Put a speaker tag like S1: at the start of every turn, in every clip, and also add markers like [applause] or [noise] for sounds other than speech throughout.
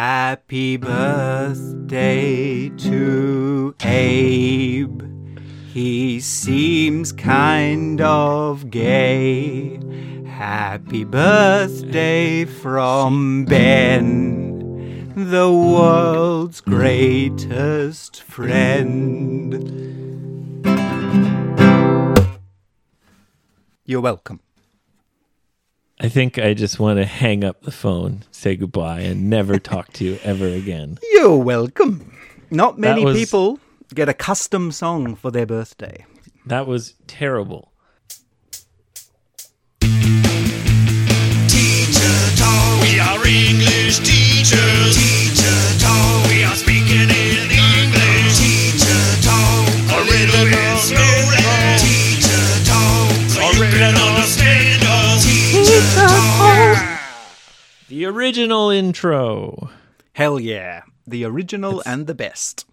S1: Happy birthday to Abe. He seems kind of gay. Happy birthday from Ben, the world's greatest friend. You're welcome.
S2: I think I just want to hang up the phone, say goodbye, and never talk to you ever again.
S1: You're welcome. Not many
S2: was-
S1: people get a custom song for their birthday.
S2: That was terrible.
S3: Teacher talk. We are English teachers. Teacher talk. We are speaking in English. Teacher talk. A little bit slowly. Teacher talk. So you can understand us. Teacher talk.
S2: The original intro.
S1: Hell yeah. The original and the best.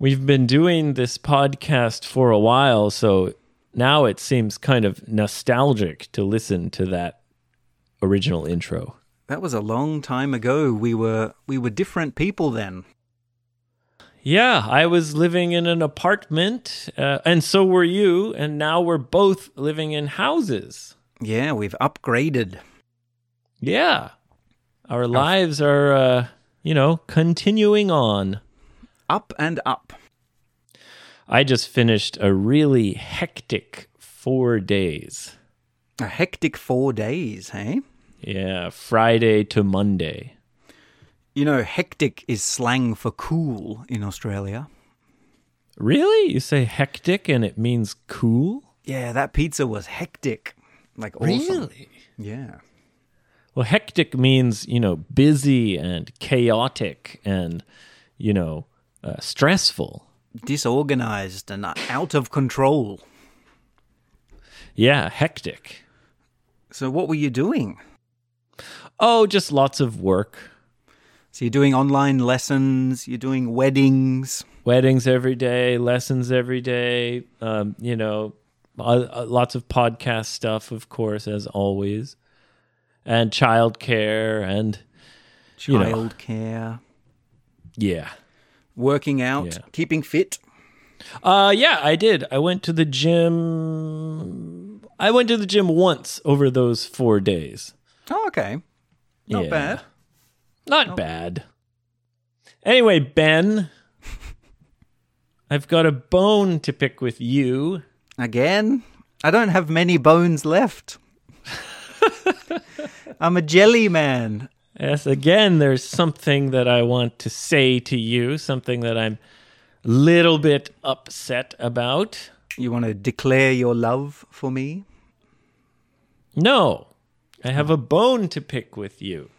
S2: We've been doing this podcast for a while, so now it seems kind of nostalgic to listen to that original intro.
S1: That was a long time ago. We were we were different people then.
S2: Yeah, I was living in an apartment, uh, and so were you, and now we're both living in houses.
S1: Yeah, we've upgraded.
S2: Yeah. Our lives are, uh, you know, continuing on.
S1: Up and up.
S2: I just finished a really hectic four days.
S1: A hectic 4 days, hey?
S2: Yeah, Friday to Monday.
S1: You know, hectic is slang for cool in Australia.
S2: Really? You say hectic and it means cool?
S1: Yeah, that pizza was hectic. Like awesome. Yeah.
S2: Well, hectic means, you know, busy and chaotic and, you know, uh, stressful.
S1: Disorganized and out of control.
S2: Yeah, hectic.
S1: So what were you doing?
S2: Oh, just lots of work.
S1: So you're doing online lessons, you're doing weddings.
S2: weddings every day, lessons every day, um, you know, uh, uh, lots of podcast stuff, of course, as always, and childcare and, You know.
S1: childcare,
S2: yeah.
S1: working out,
S2: Yeah.
S1: keeping fit.
S2: Uh, yeah, I did. I went to the gym. I went to the gym once over those four days.
S1: Oh, okay. Not
S2: Yeah.
S1: bad.
S2: Not bad. Anyway, Ben, [laughs] I've got a bone to pick with you.
S1: Again, I don't have many bones
S2: [laughs]
S1: left. I'm a jelly man.
S2: Yes, again, there's something that I want to say to you, something that I'm a little bit upset about.
S1: You want to declare your love for me?
S2: No, I have a bone to pick with you.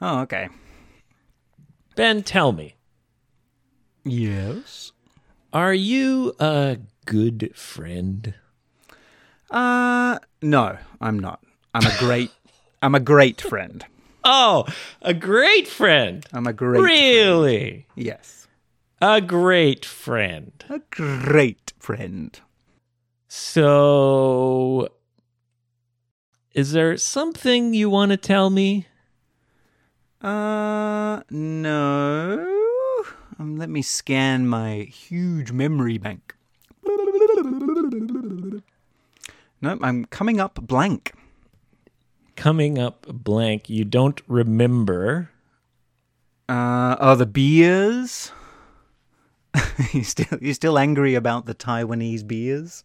S1: Oh, okay.
S2: Ben, tell me,
S1: Yes.
S2: are you a good friend?
S1: Uh, no, I'm not. I'm a great I'm a
S2: [laughs]
S1: great friend.
S2: Oh, a great friend.
S1: I'm a great
S2: Really?
S1: Yes.
S2: A great friend.
S1: A great friend.
S2: So, is there something you want to tell me?
S1: Uh, no. Um, let me scan my huge memory bank. Nope, I'm coming up blank.
S2: coming up blank. You don't remember.
S1: Uh, oh, the beers. [laughs] you still you still angry about the Taiwanese beers?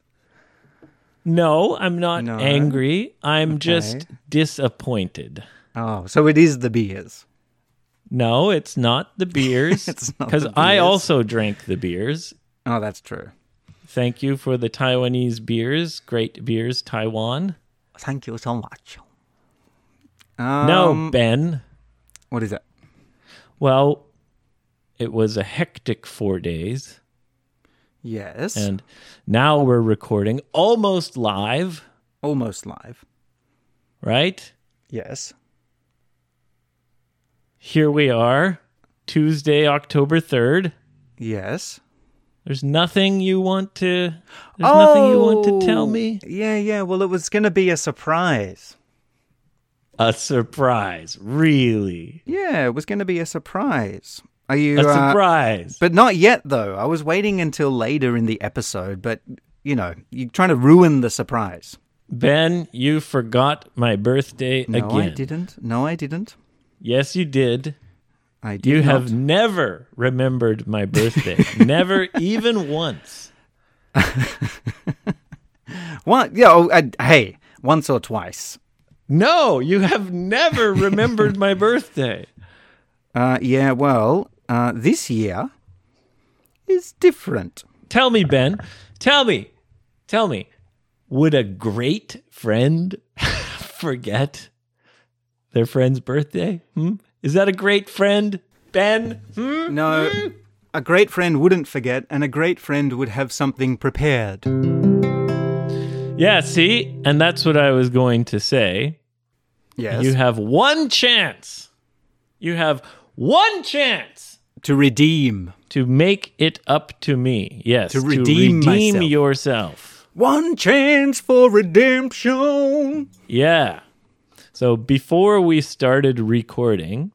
S2: No, I'm not
S1: No.
S2: angry. I'm just disappointed.
S1: Oh, so it is the beers.
S2: No, it's
S1: [laughs]
S2: not the beers.
S1: It's not the
S2: I
S1: beers.
S2: also drank the beers.
S1: Oh, that's true.
S2: Thank you for the Taiwanese beers. Great beers, Taiwan.
S1: Thank you so much. Um,
S2: no, Ben.
S1: what is it?
S2: Well, it was a hectic four days.
S1: Yes,
S2: And now we're recording almost live,
S1: almost live.
S2: right?
S1: Yes.
S2: Here we are, Tuesday, October 3rd.
S1: Yes.
S2: There's nothing you want to. There's nothing you want to tell
S1: Oh,
S2: me.
S1: Yeah, yeah. Well, it was going to be a surprise.
S2: a surprise. Really?
S1: Yeah, it was going to be a surprise. Are you?
S2: A
S1: uh,
S2: surprise.
S1: But not yet, though. I was waiting until later in the episode, but you know, you're trying to ruin the surprise.
S2: ben, you forgot my birthday
S1: No,
S2: again.
S1: I didn't. No, I didn't.
S2: Yes, you did.
S1: I did
S2: You
S1: not.
S2: have never remembered my birthday.
S1: [laughs]
S2: never even once.
S1: what? Yeah. Oh, I, hey, once or twice.
S2: No, you
S1: [laughs]
S2: have never remembered my birthday.
S1: Uh, yeah. Well, uh, this year is different.
S2: Tell me, Ben. Tell me. Tell me. Would a great friend [laughs] forget their friend's birthday? Hmm? Is that a great friend, Ben? Hmm?
S1: No. A great friend wouldn't forget, and a great friend would have something prepared.
S2: Yeah, see? And that's what I was going to say.
S1: Yes.
S2: You have one chance. You have one chance
S1: to redeem.
S2: to make it up to me. Yes,
S1: To redeem
S2: redeem
S1: myself.
S2: yourself.
S1: One chance for redemption.
S2: Yeah. So before we started recording,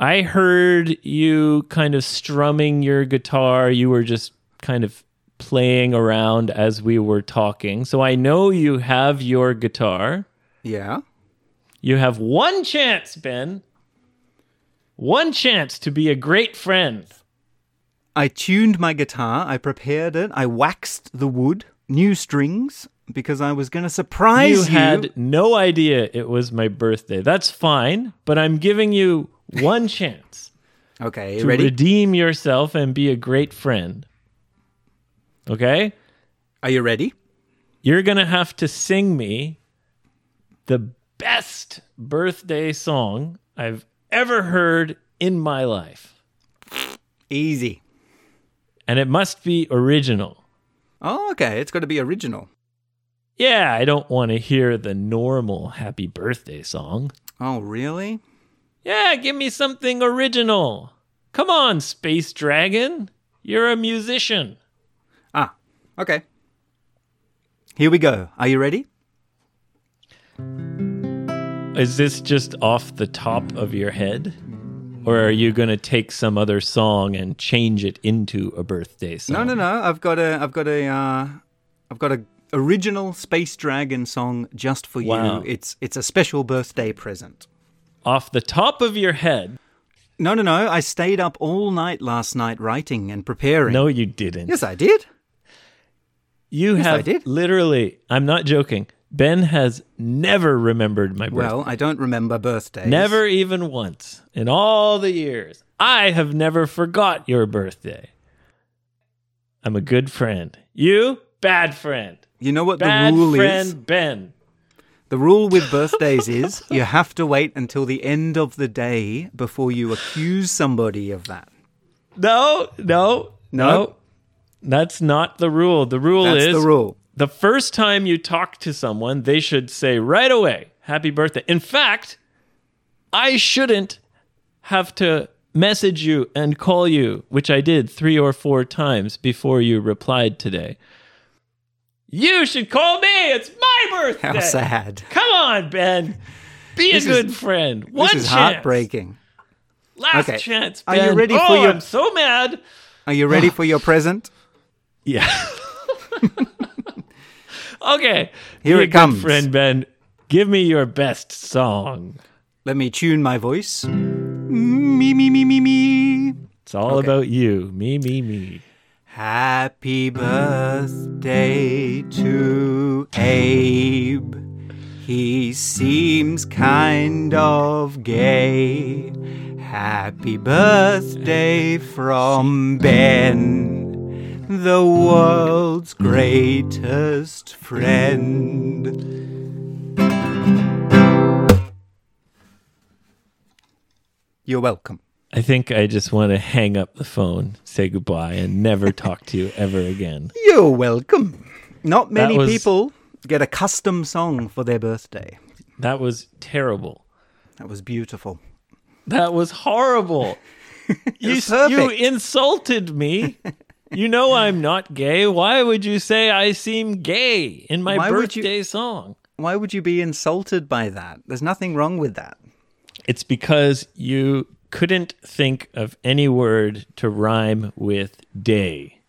S2: I heard you kind of strumming your guitar. You were just kind of playing around as we were talking. So I know you have your guitar.
S1: Yeah.
S2: You have one chance, Ben. One chance to be a great friend.
S1: I tuned my guitar, I prepared it, I waxed the wood, new strings, because I was going to surprise you.
S2: you had no idea it was my birthday. That's fine, but I'm giving you one chance.
S1: okay,
S2: to
S1: ready?
S2: redeem yourself and be a great friend. Okay?
S1: Are you ready?
S2: You're going to have to sing me the best birthday song I've ever heard in my life.
S1: Easy.
S2: And it must be original.
S1: Oh, okay, it's got to be original.
S2: Yeah, I don't want to hear the normal happy birthday song.
S1: Oh, really?
S2: Yeah, give me something original. Come on, Space Dragon. You're a musician.
S1: Ah, okay. Here we go. Are you ready?
S2: Is this just off the top of your head? Or are you going to take some other song and change it into a birthday song?
S1: No, no, no. I've got a I've got a uh I've got a original Space Dragon song just for
S2: Wow.
S1: you. It's it's a special birthday present.
S2: Off the top of your head.
S1: No, no, no. I stayed up all night last night writing and preparing.
S2: No, you didn't.
S1: Yes, I did.
S2: you
S1: yes, I
S2: have
S1: did.
S2: literally, I'm not joking. Ben has never remembered my birthday.
S1: Well, I don't remember birthdays.
S2: never even once in all the years. I have never forgot your birthday. I'm a good friend. You, bad friend.
S1: You know what
S2: Bad
S1: the rule
S2: friend
S1: is?
S2: Ben.
S1: The rule with
S2: [laughs]
S1: birthdays is you have to wait until the end of the day before you accuse somebody of that.
S2: No, no, no.
S1: No?
S2: That's not the rule. The rule
S1: That's
S2: is
S1: the rule.
S2: the first time you talk to someone, they should say right away, "Happy birthday." In fact, I shouldn't have to message you and call you, which I did 3 or 4 times before you replied today. You should call me. It's my birthday.
S1: [laughs] How sad.
S2: Come on, Ben. Be a
S1: This is-
S2: good friend. One
S1: this is
S2: chance.
S1: heartbreaking.
S2: Last
S1: Okay.
S2: chance.
S1: Are you
S2: Ben.
S1: ready
S2: oh,
S1: for your-
S2: I'm so mad.
S1: Are you
S2: [sighs]
S1: ready for your present?
S2: Yeah. [laughs] okay.
S1: Here
S2: Be a
S1: it
S2: good
S1: comes.
S2: friend Ben. Give me your best song.
S1: Let me tune my voice. Me, me, me, me, me.
S2: It's all about you. Me, me, me.
S1: Happy birthday to Abe. He seems kind of gay. Happy birthday from Ben, the world's greatest friend. You're welcome.
S2: I think I just want to hang up the phone, say goodbye, and never talk to you ever again.
S1: You're welcome. Not many
S2: was-
S1: people get a custom song for their birthday.
S2: That was terrible.
S1: That was beautiful.
S2: That was horrible. [laughs] you,
S1: was
S2: s- you
S1: perfect.
S2: insulted me. you know I'm not gay. Why would you say I seem gay in my
S1: Why would you-
S2: birthday song?
S1: why would you be insulted by that? There's nothing wrong with that.
S2: It's because you couldn't think of any word to rhyme with day.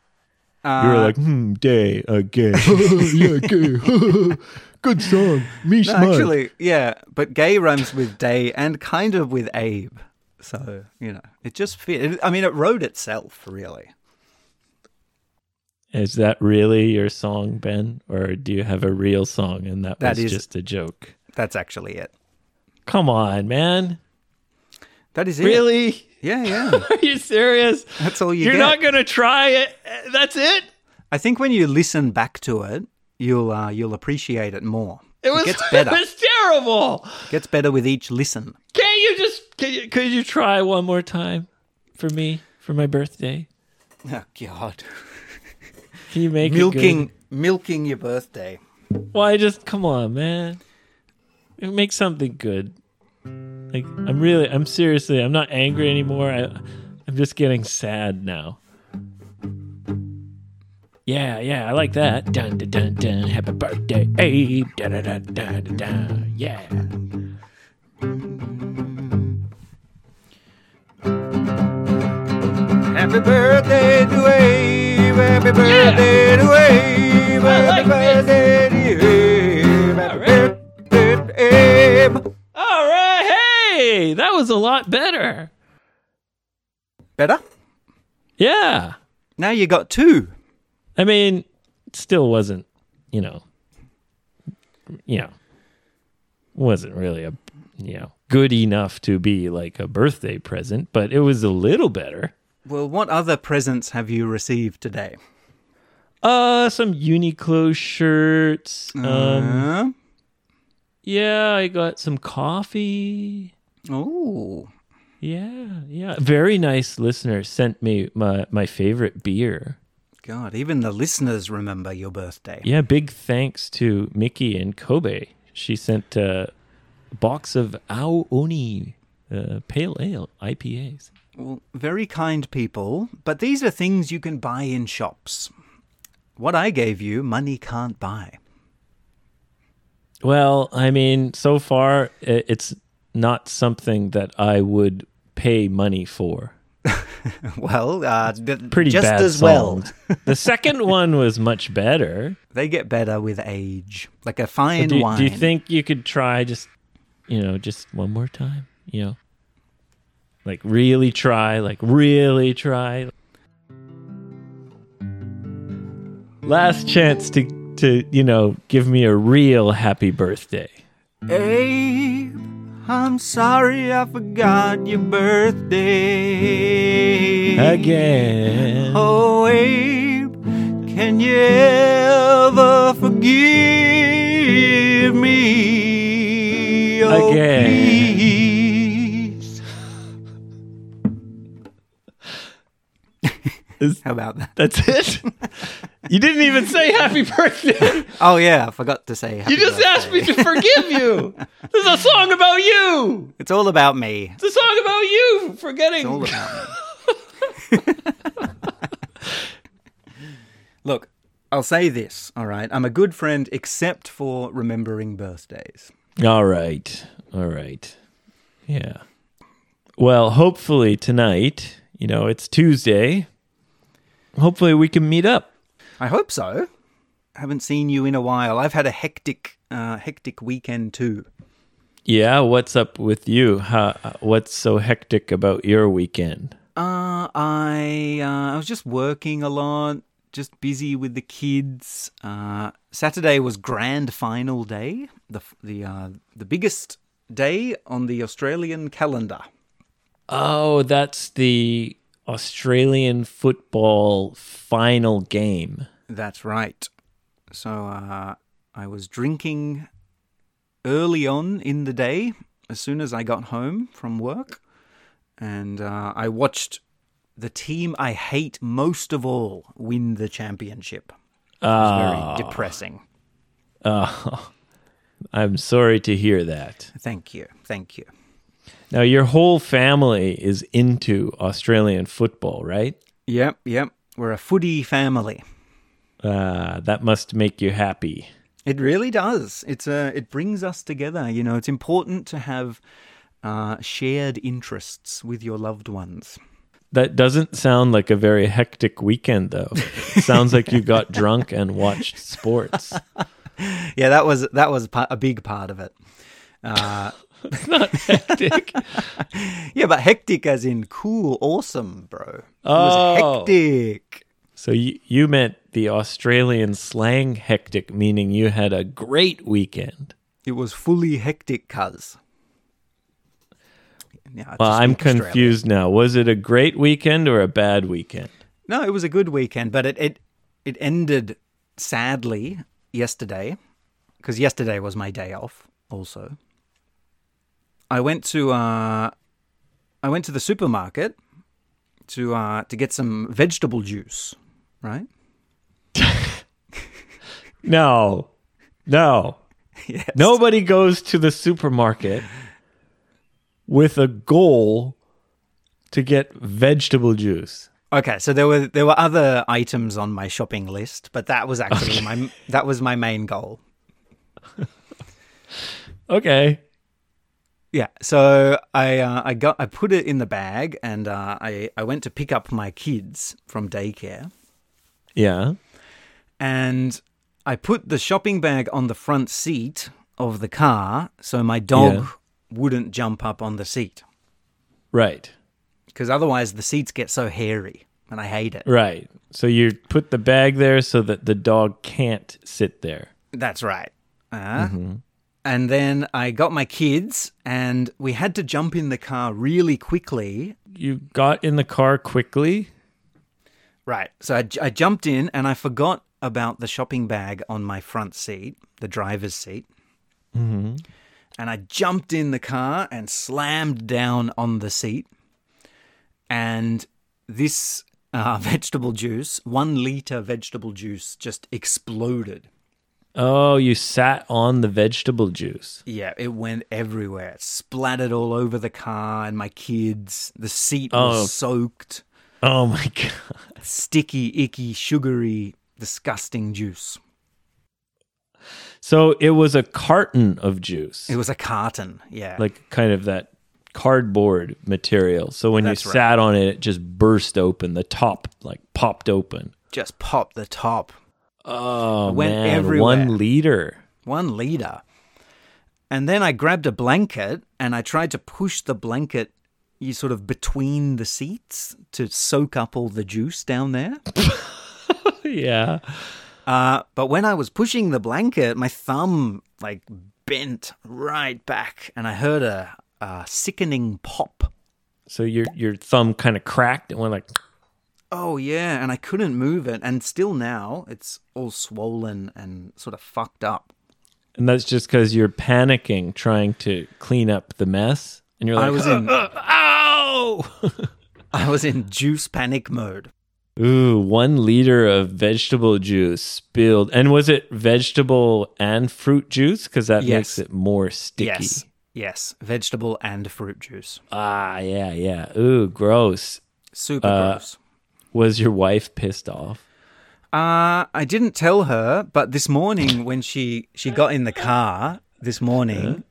S2: you were like, hmm, day again. [laughs] yeah, gay. [laughs] Good song. Me
S1: No,
S2: smart.
S1: actually, yeah, but gay rhymes with day and kind of with Abe. So, you know, it just fit. I mean, it wrote itself, really.
S2: Is that really your song, Ben? Or do you have a real song and that,
S1: That
S2: was
S1: is-
S2: just a joke?
S1: That's actually it.
S2: Come on, man.
S1: That is it.
S2: Really?
S1: Yeah, yeah.
S2: [laughs] Are you serious?
S1: That's all you
S2: You're
S1: get.
S2: not going to try it. That's it?
S1: I think when you listen back to it, you'll uh, you'll appreciate it more.
S2: [laughs] It was,
S1: gets better.
S2: it was terrible.
S1: gets better with each listen.
S2: Can't you just can you, could you try one more time for me for my birthday?
S1: Oh God,
S2: Can you make It
S1: milking milking your birthday.
S2: good? Why just come on, man? Make something good. Like I'm really, I'm seriously, I'm not angry anymore. I, I'm just getting sad now. Yeah, yeah, I like that. Dun dun dun dun. Happy birthday, Abe. Dun dun dun dun dun. dun. Yeah.
S1: Happy birthday to Abe. Happy birthday to Abe.
S2: I like
S1: Happy birthday to Abe. Happy
S2: Alright.
S1: birthday to Abe.
S2: All right. Hey, that was a lot better.
S1: Better.
S2: Yeah.
S1: Now you got two.
S2: I mean, it still wasn't, you know, you know, wasn't really a, you know, good enough to be like a birthday present, but it was a little better.
S1: Well, what other presents have you received today?
S2: Uh, some Uniqlo shirts. Um,
S1: Huh?
S2: yeah, I got some coffee.
S1: Oh,
S2: Yeah, yeah. A Very nice listener sent me my my favorite beer.
S1: God! Even the listeners remember your birthday.
S2: Yeah, big thanks to Mickey and Kobe. She sent uh, a box of Ao Oni uh, Pale Ale IPAs.
S1: Well, very kind people, but these are things you can buy in shops. What I gave you, money can't buy.
S2: Well, I mean, so far i- it's not something that I would pay money for.
S1: Well, uh, th-
S2: Pretty
S1: just
S2: bad
S1: as
S2: songs.
S1: well.
S2: the second one was much better.
S1: They get better with age, like a fine
S2: Do,
S1: wine.
S2: do you think you could try just, you know, just one more time? You know, like really try, like really try. Last chance to to you know give me a real happy birthday.
S1: Abe, I'm sorry I forgot your birthday
S2: Again,
S1: Oh, Abe, can you ever forgive me? Oh,
S2: Again.
S1: please. [laughs]
S2: Is-
S1: How about that?
S2: that's it. you didn't even say happy birthday.
S1: Oh, yeah, I forgot to say. happy
S2: You just
S1: birthday.
S2: asked me to forgive you. This is a song about you.
S1: It's all about me.
S2: It's a song about you forgetting.
S1: All about me. [laughs] Look, I'll say this, all right? I'm a good friend except for remembering birthdays.
S2: All right. All right. Yeah. Well, hopefully tonight, you know, it's Tuesday. Hopefully we can meet up.
S1: I hope so. Haven't seen you in a while. I've had a hectic, uh, hectic weekend too.
S2: Yeah, what's up with you? How, what's so hectic about your weekend?
S1: Uh, I uh, I was just working a lot, just busy with the kids. Uh, Saturday was grand final day, the f- the uh, the biggest day on the Australian calendar.
S2: Oh, that's the Australian football final game.
S1: That's right. So uh, I was drinking early on in the day, as soon as I got home from work, and uh, I watched the team I hate most of all win the championship. It was very depressing.
S2: I'm sorry to hear that.
S1: Thank you, thank you.
S2: Now, your whole family is into Australian football, right?
S1: Yep, yep. We're a footy family.
S2: Uh, that must make you happy.
S1: It really does. It's a, it brings us together. You know, it's important to have uh, shared interests with your loved ones.
S2: That doesn't sound like a very hectic weekend, [laughs] though. Sounds like you got drunk and watched sports.
S1: Yeah, that was that was pa- a big part of it. Uh,
S2: Not [laughs] hectic.
S1: yeah, but hectic as in cool, awesome, bro. It
S2: Oh.
S1: was hectic.
S2: So you, you meant the Australian slang hectic, meaning you had a great weekend.
S1: It was fully hectic, cuz. Yeah, I
S2: Well,
S1: just
S2: I'm
S1: speak Australian.
S2: confused now. Was it a great weekend or a bad weekend?
S1: No, it was a good weekend, but it it, it ended sadly yesterday because yesterday was my day off. Also, I went to uh, I went to the supermarket to uh, to get some vegetable juice. Right?
S2: No, [laughs] no.
S1: Yes.
S2: Nobody goes to the supermarket with a goal to get vegetable juice.
S1: Okay, so there were there were other items on my shopping list, but that was actually my that was my main goal.
S2: Okay.
S1: Yeah, so I uh, I got I put it in the bag and uh, I I went to pick up my kids from daycare
S2: Yeah.
S1: and I put the shopping bag on the front seat of the car so my dog
S2: Yeah.
S1: wouldn't jump up on the seat
S2: Right.
S1: because otherwise the seats get so hairy and I hate it.
S2: Right. So you put the bag there so that the dog can't sit there.
S1: That's right. Uh, And then I got my kids and we had to jump in the car really quickly
S2: You got in the car quickly.
S1: Right. So I, j- I jumped in and I forgot about the shopping bag on my front seat, the driver's seat. Mm-hmm. And I jumped in the car and slammed down on the seat. And this uh, [laughs] vegetable juice, one liter vegetable juice, just exploded.
S2: Oh, you sat on the vegetable juice.
S1: Yeah, it went everywhere. It splattered all over the car and my kids. The seat
S2: Oh.
S1: was soaked.
S2: Oh my [laughs] god.
S1: Sticky, icky, sugary, disgusting juice.
S2: So it was a carton of juice.
S1: It was a carton, yeah.
S2: like kind of that cardboard material. So when
S1: That's
S2: you
S1: right.
S2: sat on it, it just burst open. The top like popped open.
S1: just popped the top.
S2: Oh
S1: Went
S2: man,
S1: everywhere. [laughs]
S2: one liter.
S1: One liter. And then I grabbed a blanket and I tried to push the blanket you sort of between the seats to soak up all the juice down there.
S2: yeah.
S1: Uh, but when I was pushing the blanket, my thumb like bent right back and I heard a, a sickening pop.
S2: So your your thumb kind of cracked and went like
S1: Oh yeah, and I couldn't move it and still now it's all swollen and sort of fucked up.
S2: and that's just cuz you're panicking trying to clean up the mess and you're like uh,
S1: I was in
S2: ow. [laughs]
S1: I was [laughs] in juice panic mode.
S2: Ooh, one liter of vegetable juice spilled. And was it vegetable and fruit juice? Because that
S1: Yes.
S2: makes it more sticky.
S1: Yes. Yes. Vegetable and fruit juice.
S2: Ah, yeah, yeah. Ooh, gross.
S1: Super gross.
S2: Was your wife pissed off?
S1: Uh, I didn't tell her, but this morning when she she got in the car this [laughs] morning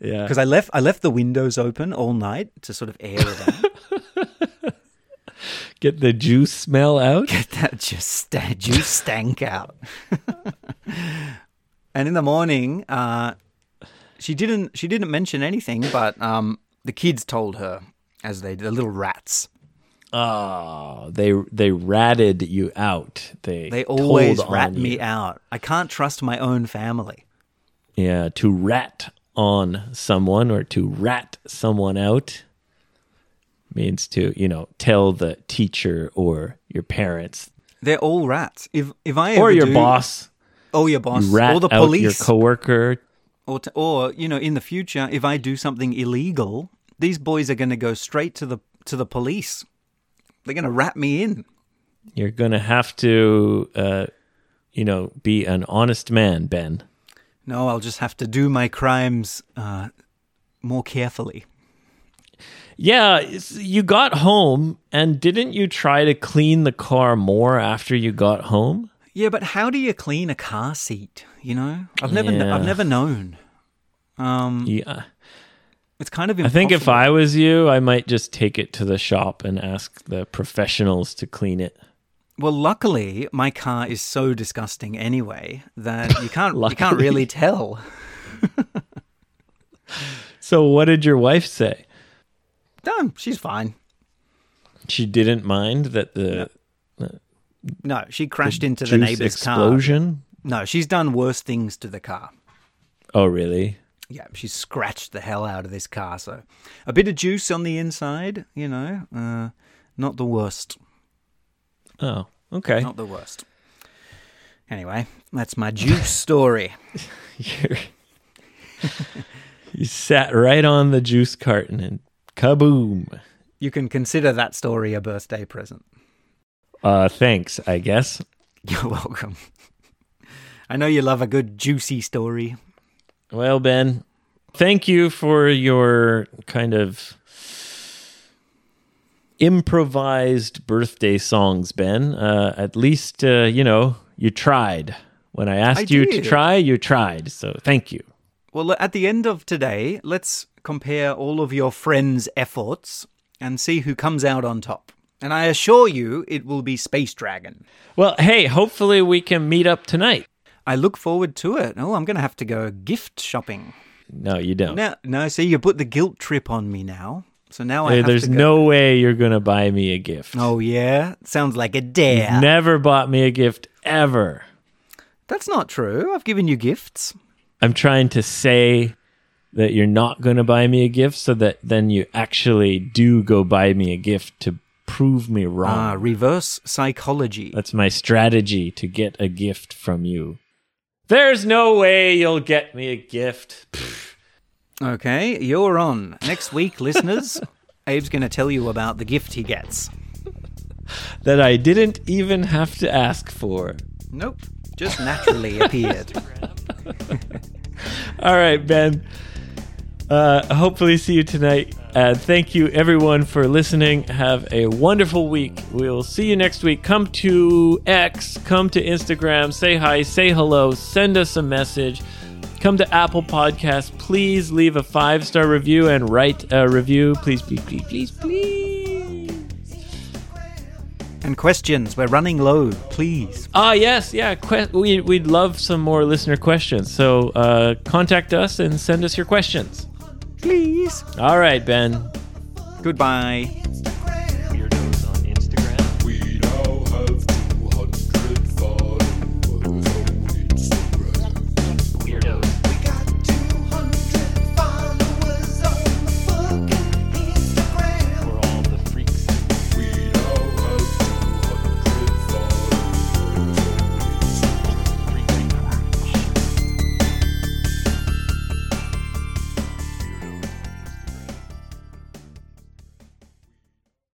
S2: Yeah.
S1: because I left I left the windows open all night to sort of air it out.
S2: Get the juice smell out?
S1: that [laughs] just sta- juice stank out. [laughs] and in the morning, uh, she didn't she didn't mention anything, but um, the kids told her as they the little rats.
S2: Oh, they they ratted you out. They
S1: They always
S2: told
S1: rat
S2: on
S1: me
S2: you.
S1: out. I can't trust my own family.
S2: Yeah, to rat on someone or to rat someone out means to, you know, tell the teacher or your parents
S1: They're all rats. If if I
S2: or
S1: ever
S2: your
S1: do-
S2: boss
S1: or your boss,
S2: rat
S1: or the
S2: out your
S1: police,
S2: coworker.
S1: or t- or you know, in the future, if I do something illegal, these boys are going to go straight to the to the police. They're going to rat me in.
S2: You're going to have to uh, you know, be an honest man, Ben.
S1: No, I'll just have to do my crimes uh, more carefully.
S2: Yeah, it's- you got home, and didn't you try to clean the car more after you got home?
S1: Yeah, but how do you clean a car seat? You know, I've never, kn- I've
S2: Yeah.
S1: never known. Um,
S2: Yeah.
S1: it's kind of.
S2: I
S1: Impossible.
S2: think if I was you, I might just take it to the shop and ask the professionals to clean it.
S1: Well, luckily, my car is so disgusting anyway that you can't, you can't
S2: Luckily.
S1: really tell.
S2: So what did your wife say?
S1: No, she's fine.
S2: She didn't mind that the
S1: No, she crashed into the
S2: juice
S1: neighbor's car.
S2: explosion.
S1: No, she's done worse things to the car.
S2: Oh, really?
S1: Yeah, she scratched the hell out of this car. So, a bit of juice on the inside, you know, uh, not the worst.
S2: Oh, okay.
S1: Not the worst. Anyway, that's my [laughs] juice story.
S2: [laughs] You're, [laughs] you sat right on the juice carton and kaboom.
S1: You can consider that story a birthday present.
S2: Uh, thanks, I guess.
S1: [laughs] You're welcome. I know you love a good juicy story.
S2: Well, Ben, thank you for your kind of improvised birthday songs, Ben. Uh, at least, uh, you know, you tried. When I asked
S1: I
S2: you to
S1: did.
S2: try, you tried. So thank you.
S1: Well, at the end of today, let's compare all of your friends' efforts and see who comes out on top. And I assure you, it will be Space Dragon.
S2: Well, hey, hopefully we can meet up tonight.
S1: I look forward to it. Oh, I'm going to have to go gift shopping.
S2: No, you don't.
S1: No, no, see, you put the guilt trip on me now. So now I
S2: Hey,
S1: have
S2: there's
S1: to go.
S2: no way you're going to buy me a gift.
S1: Oh, yeah? Sounds like a dare.
S2: Never bought me a gift ever.
S1: That's not true. I've given you gifts.
S2: I'm trying to say that you're not going to buy me a gift so that then you actually do go buy me a gift to prove me wrong.
S1: Ah, reverse psychology.
S2: That's my strategy to get a gift from you. There's no way you'll get me a gift.
S1: Okay, you're on. Next week, listeners, Abe's going to tell you about the gift he gets.
S2: that I didn't even have to ask for.
S1: Nope, just naturally appeared.
S2: All right, Ben. Uh, hopefully, see you tonight. Uh, thank you, everyone, for listening. Have a wonderful week. We'll see you next week. Come to X, come to Instagram, say hi, say hello, send us a message. Come to Apple Podcasts. Please leave a five star review and write a review. Please, please, please, please, please.
S1: And questions, we're running low, please.
S2: Ah, yes, yeah. Que- we, we'd love some more listener questions. So uh, contact us and send us your questions.
S1: Please.
S2: All right, Ben.
S1: Goodbye.